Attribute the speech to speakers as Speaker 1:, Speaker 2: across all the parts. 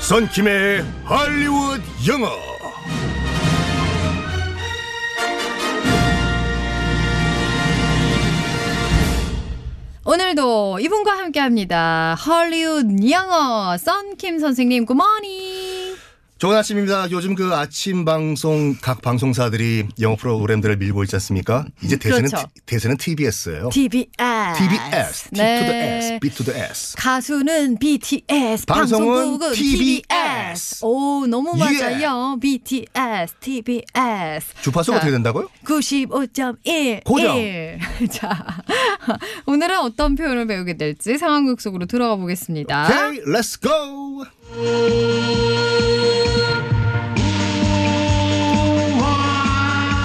Speaker 1: 썬킴의 할리우드 영어.
Speaker 2: 오늘도 이분과 함께합니다. 헐리우드 영어 썬킴 선생님 굿모닝.
Speaker 1: 좋은 아침입니다. 요즘 그 아침 방송 각 방송사들이 영어 프로그램들을 밀고 있지 않습니까? 이제 대세는
Speaker 2: 그렇죠.
Speaker 1: T- 대세는 TBS예요.
Speaker 2: TBS.
Speaker 1: TBS, T to the
Speaker 2: 네.
Speaker 1: S, B to the S.
Speaker 2: 가수는 BTS,
Speaker 1: 방송은
Speaker 2: 방송국은
Speaker 1: TBS.
Speaker 2: TBS. 오, 너무 맞아요. BTS, TBS.
Speaker 1: 주파수가
Speaker 2: 자,
Speaker 1: 어떻게 된다고요?
Speaker 2: 95.1.
Speaker 1: 고정.
Speaker 2: 자, 오늘은 어떤 표현을 배우게 될지 상황극 속으로 들어가 보겠습니다.
Speaker 1: Okay, let's go.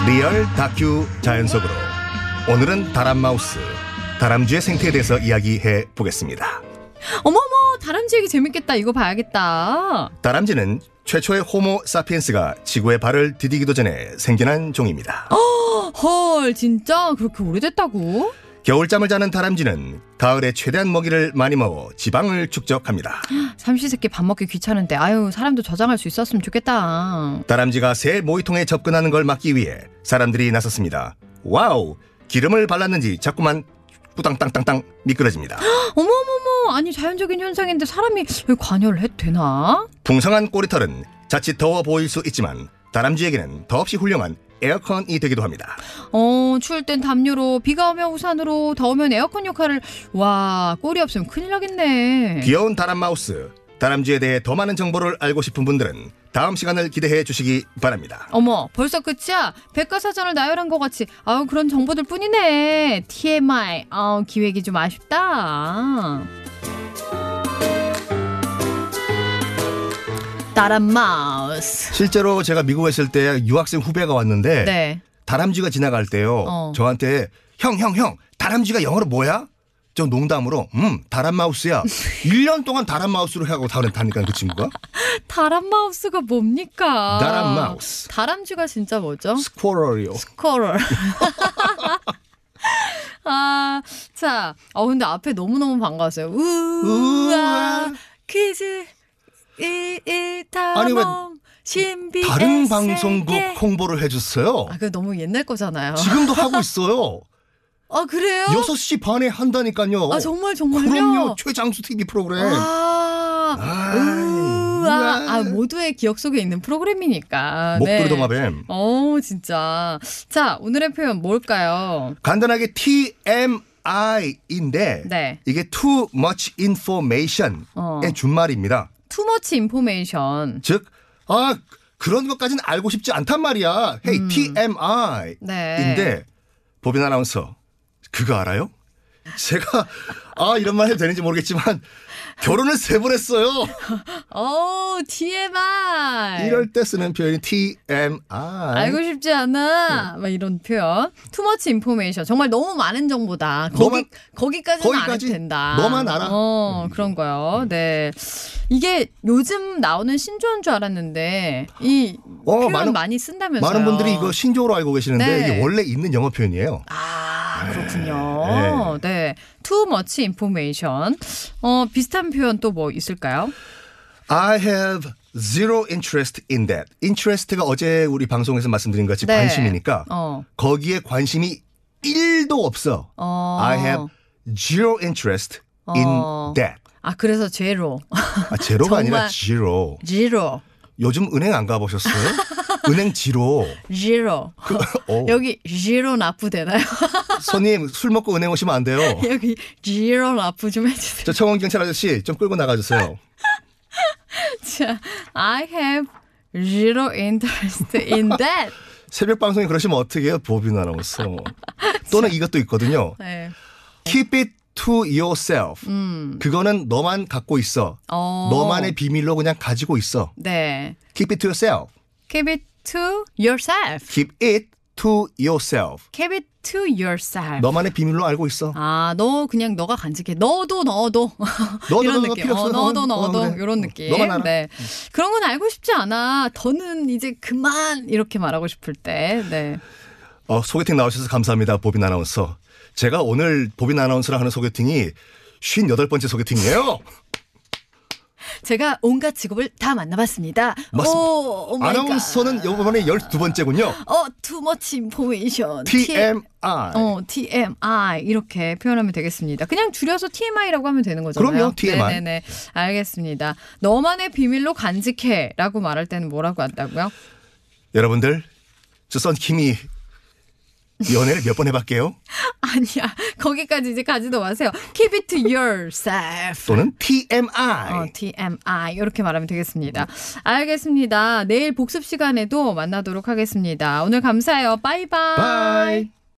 Speaker 1: 리얼 다큐 자연 속으로 오늘은 다람마우스 다람쥐의 생태에 대해서 이야기해 보겠습니다.
Speaker 2: 어머머, 다람쥐 얘기 재밌겠다. 이거 봐야겠다.
Speaker 1: 다람쥐는 최초의 호모 사피엔스가 지구에 발을 디디기도 전에 생겨난 종입니다.
Speaker 2: 헐, 진짜 그렇게 오래됐다고?
Speaker 1: 겨울잠을 자는 다람쥐는 가을에 최대한 먹이를 많이 먹어 지방을 축적합니다.
Speaker 2: 삼시세끼 밥 먹기 귀찮은데 아유 사람도 저장할 수 있었으면 좋겠다.
Speaker 1: 다람쥐가 새 모이통에 접근하는 걸 막기 위해 사람들이 나섰습니다. 와우! 기름을 발랐는지 자꾸만 꾸당땅땅땅 미끄러집니다.
Speaker 2: 어머머머 아니 자연적인 현상인데 사람이 왜 관여를 해도 되나?
Speaker 1: 풍성한 꼬리털은 자칫 더워 보일 수 있지만 다람쥐에게는 더없이 훌륭한 에어컨이 되기도 합니다.
Speaker 2: 어 추울 땐 담요로 비가 오면 우산으로 더우면 에어컨 역할을 와 꼴이 없으면 큰일 나겠네.
Speaker 1: 귀여운 다람마우스, 다람쥐에 대해 더 많은 정보를 알고 싶은 분들은 다음 시간을 기대해 주시기 바랍니다.
Speaker 2: 어머 벌써 끝이야? 백과사전을 나열한 것 같이 아우 그런 정보들 뿐이네. TMI 어 기획이 좀 아쉽다. 다람 마우스.
Speaker 1: 실제로 제가 미국에 있을 때 유학생 후배가 왔는데
Speaker 2: 네.
Speaker 1: 다람쥐가 지나갈 때요.
Speaker 2: 어.
Speaker 1: 저한테 형, 형, 형, 다람쥐가 영어로 뭐야? 저 농담으로 음, 다람마우스야. 1년 동안 다람마우스로 하고 다른 다니까 그 친구가
Speaker 2: 다람마우스가 뭡니까?
Speaker 1: 다람마우스.
Speaker 2: 다람쥐가 진짜 뭐죠?
Speaker 1: 스쿼럴이요.
Speaker 2: 스코럴. 아, 자, 어 근데 앞에 너무 너무 반가웠어요. 우와
Speaker 1: 우와.
Speaker 2: 퀴즈
Speaker 1: 아니, 왜
Speaker 2: 이이타몽 신비
Speaker 1: 다른 방송국 홍보를 해 줬어요.
Speaker 2: 아, 그 너무 옛날 거잖아요.
Speaker 1: 지금도 하고 있어요.
Speaker 2: 아, 그래요?
Speaker 1: 6시 반에 한다니까요.
Speaker 2: 아, 정말 정말요?
Speaker 1: 그럼요. 최장수 TV 프로그램.
Speaker 2: 아,
Speaker 1: 아이,
Speaker 2: 우와.
Speaker 1: 우와.
Speaker 2: 아, 모두의 기억 속에 있는 프로그램이니까.
Speaker 1: 목도리
Speaker 2: 네.
Speaker 1: 도마뱀.
Speaker 2: 어, 진짜. 자, 오늘의 표현 뭘까요?
Speaker 1: 간단하게 TMI인데
Speaker 2: 네.
Speaker 1: 이게 too much information의
Speaker 2: 어.
Speaker 1: 준말입니다.
Speaker 2: 투머치 인포메이션.
Speaker 1: 즉, 아, 그런 것까지는 알고 싶지 않단 말이야. 헤이, TMI.
Speaker 2: 음. 네.
Speaker 1: 인데, 법인 아나운서, 그거 알아요? 제가, 아, 이런 말 해도 되는지 모르겠지만, 결혼을 세 번 했어요.
Speaker 2: 어, TMI.
Speaker 1: 이럴 때 쓰는 표현이 TMI.
Speaker 2: 알고 싶지
Speaker 1: 네.
Speaker 2: 않아. 막 이런 표현. 투머치 인포메이션. 정말 너무 많은 정보다. 거기
Speaker 1: 너만-
Speaker 2: 거기까지는 안 해도
Speaker 1: 거기까지?
Speaker 2: 된다.
Speaker 1: 너만 알아? 음.
Speaker 2: 어, 그런 거요. 네. 이게 요즘 나오는 신조어인 줄 알았는데 이
Speaker 1: 어,
Speaker 2: 표현
Speaker 1: 많은-
Speaker 2: 많이 쓴다면서요.
Speaker 1: 많은 분들이 이거 신조어로 알고 계시는데,
Speaker 2: 네.
Speaker 1: 이게 원래 있는 영어 표현이에요. 네.
Speaker 2: 아, 그렇군요. 네. Too much information. 어, 비슷한 표현 또 뭐 있을까요?
Speaker 1: I have zero interest in that. interest가 어제 우리 방송에서 말씀드린 것 같이
Speaker 2: 네.
Speaker 1: 관심이니까,
Speaker 2: 어.
Speaker 1: 거기에 관심이 1도 없어.
Speaker 2: 어.
Speaker 1: I have zero interest in
Speaker 2: 어.
Speaker 1: that.
Speaker 2: 아, 그래서 제로.
Speaker 1: 아, 제로가 아니라
Speaker 2: 정말.
Speaker 1: zero.
Speaker 2: 제로.
Speaker 1: 요즘 은행 안 가보셨어요? 은행 지로.
Speaker 2: 제로.
Speaker 1: 그, 어,
Speaker 2: 여기 제로 납부 되나요?
Speaker 1: 손님 술 먹고 은행 오시면 안 돼요.
Speaker 2: 여기 제로 납부 좀 해주세요.
Speaker 1: 저 청원 경찰 아저씨 좀 끌고 나가주세요.
Speaker 2: 자, I have zero interest in that.
Speaker 1: 새벽 방송에 그러시면 어떻게 해요? 보빈 아나운서. 또는 이것도 있거든요.
Speaker 2: 네.
Speaker 1: Keep it to yourself.
Speaker 2: 음.
Speaker 1: 그거는 너만 갖고 있어.
Speaker 2: 어.
Speaker 1: 너만의 비밀로 그냥 가지고 있어.
Speaker 2: 네.
Speaker 1: Keep it to yourself.
Speaker 2: Keep it to yourself.
Speaker 1: Keep it to yourself.
Speaker 2: Keep it to yourself.
Speaker 1: 너만의 비밀로 알고 있어.
Speaker 2: 아, 너 그냥 너가 간직해. 너도 너도.
Speaker 1: 너도
Speaker 2: 이런
Speaker 1: 너도
Speaker 2: 느낌.
Speaker 1: 필요 없어.
Speaker 2: 어, 너도
Speaker 1: 어,
Speaker 2: 너도
Speaker 1: 그래.
Speaker 2: 이런 느낌.
Speaker 1: 너만 알아.
Speaker 2: 네. 그런 건 알고 싶지 않아. 더는 이제 그만 이렇게 말하고 싶을 때. 네.
Speaker 1: 어, 소개팅 나오셔서 감사합니다, 보빈 아나운서. 제가 오늘 보빈 아나운서랑 하는 소개팅이 58번째 소개팅이에요.
Speaker 3: 제가 온갖 직업을 다 만나봤습니다.
Speaker 1: 맞습니다.
Speaker 3: 오,
Speaker 2: Oh
Speaker 3: 오 마이 갓.
Speaker 1: 아나운서는 이번에 12번째군요.
Speaker 3: 어, 투머치 인포메이션.
Speaker 1: TMI.
Speaker 2: 어, TMI 이렇게 표현하면 되겠습니다. 그냥 줄여서 TMI라고 하면 되는 거잖아요.
Speaker 1: 그럼요, TMI.
Speaker 2: 네네네. 알겠습니다. 너만의 비밀로 간직해라고 말할 때는 뭐라고 한다고요?
Speaker 1: 여러분들, 저 썬킴이 연애를 몇 번 해봤게요?
Speaker 2: 아니야. 거기까지 이제 가지도 마세요. Keep it to yourself.
Speaker 1: 또는 TMI.
Speaker 2: 어, TMI 이렇게 말하면 되겠습니다. 알겠습니다. 내일 복습 시간에도 만나도록 하겠습니다. 오늘 감사해요. 바이바이.
Speaker 1: 바이.